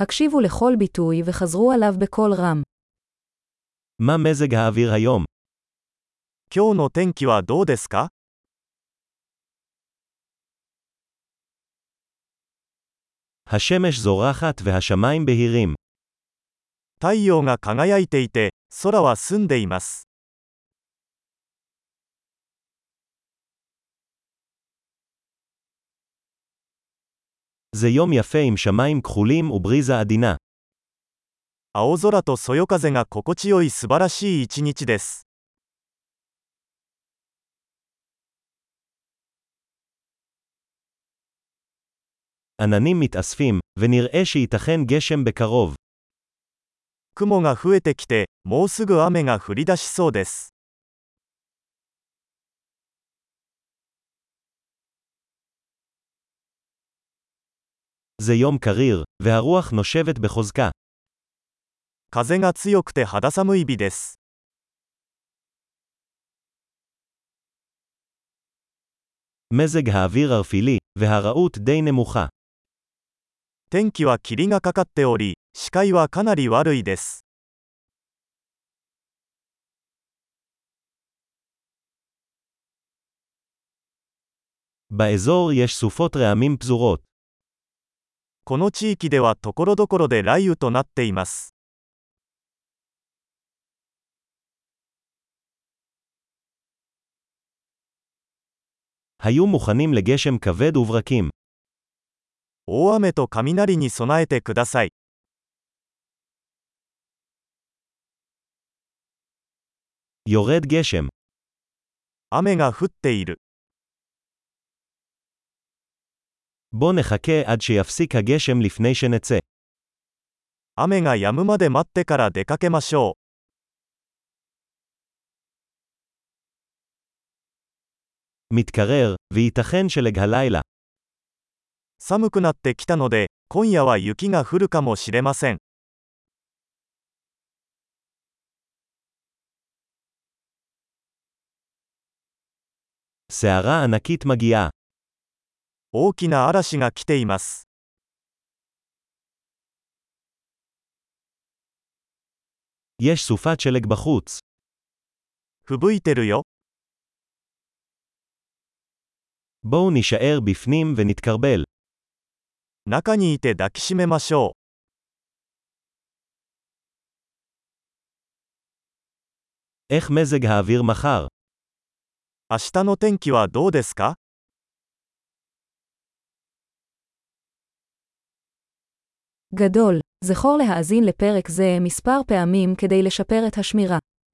הקשיבו לכל ביטוי וחזרו עליו בקול רם. מה מזג האוויר היום? 今日の天気はどうですか השמש זורחת והשמיים בהירים. 太陽が輝いていて、空は澄んでいます。 זה יום יפה עם שמיים כחולים ובריזה עדינה. 青空とそよ風が心地よい素晴らしい一日です。 עננים מתאספים, ונראה שייתכן גשם בקרוב. 雲が増えてきて、もうすぐ雨が降り出しそうです。 זה יום קריר, והרוח נושבת בחוזקה. 風が強くて肌寒い日です。 מזג האוויר ערפילי, והרעות די נמוכה. 天気は霧がかかっており、視界はかなり悪いです。 באזור יש סופות רעמים פזורות. この地域ではところどころで雷雨となっています。 היו מוכנים לגשם כבד וברקים. 大雨と雷に備えてください。 יורד גשם. 雨が降っている。 בוא נחכה עד שיפסיק הגשם לפני שנצא. 雨が止むまで待ってから出かけましょう。 מתקרר, וייתכן שלג הלילה. 寒くなってきたので、今夜は雪が降るかもしれません。 סערה ענקית מגיעה. 大きな嵐が来ています。 יש סופת שלג בחוץ. 吹雪いてるよ。 בואו נישאר בפנים ונתקרבל. 中にいて抱きしめましょう。 איך מזג האוויר מחר? 明日の天気はどうですか גדול, זכור להאזין לפרק זה מספר פעמים כדי לשפר את השמירה.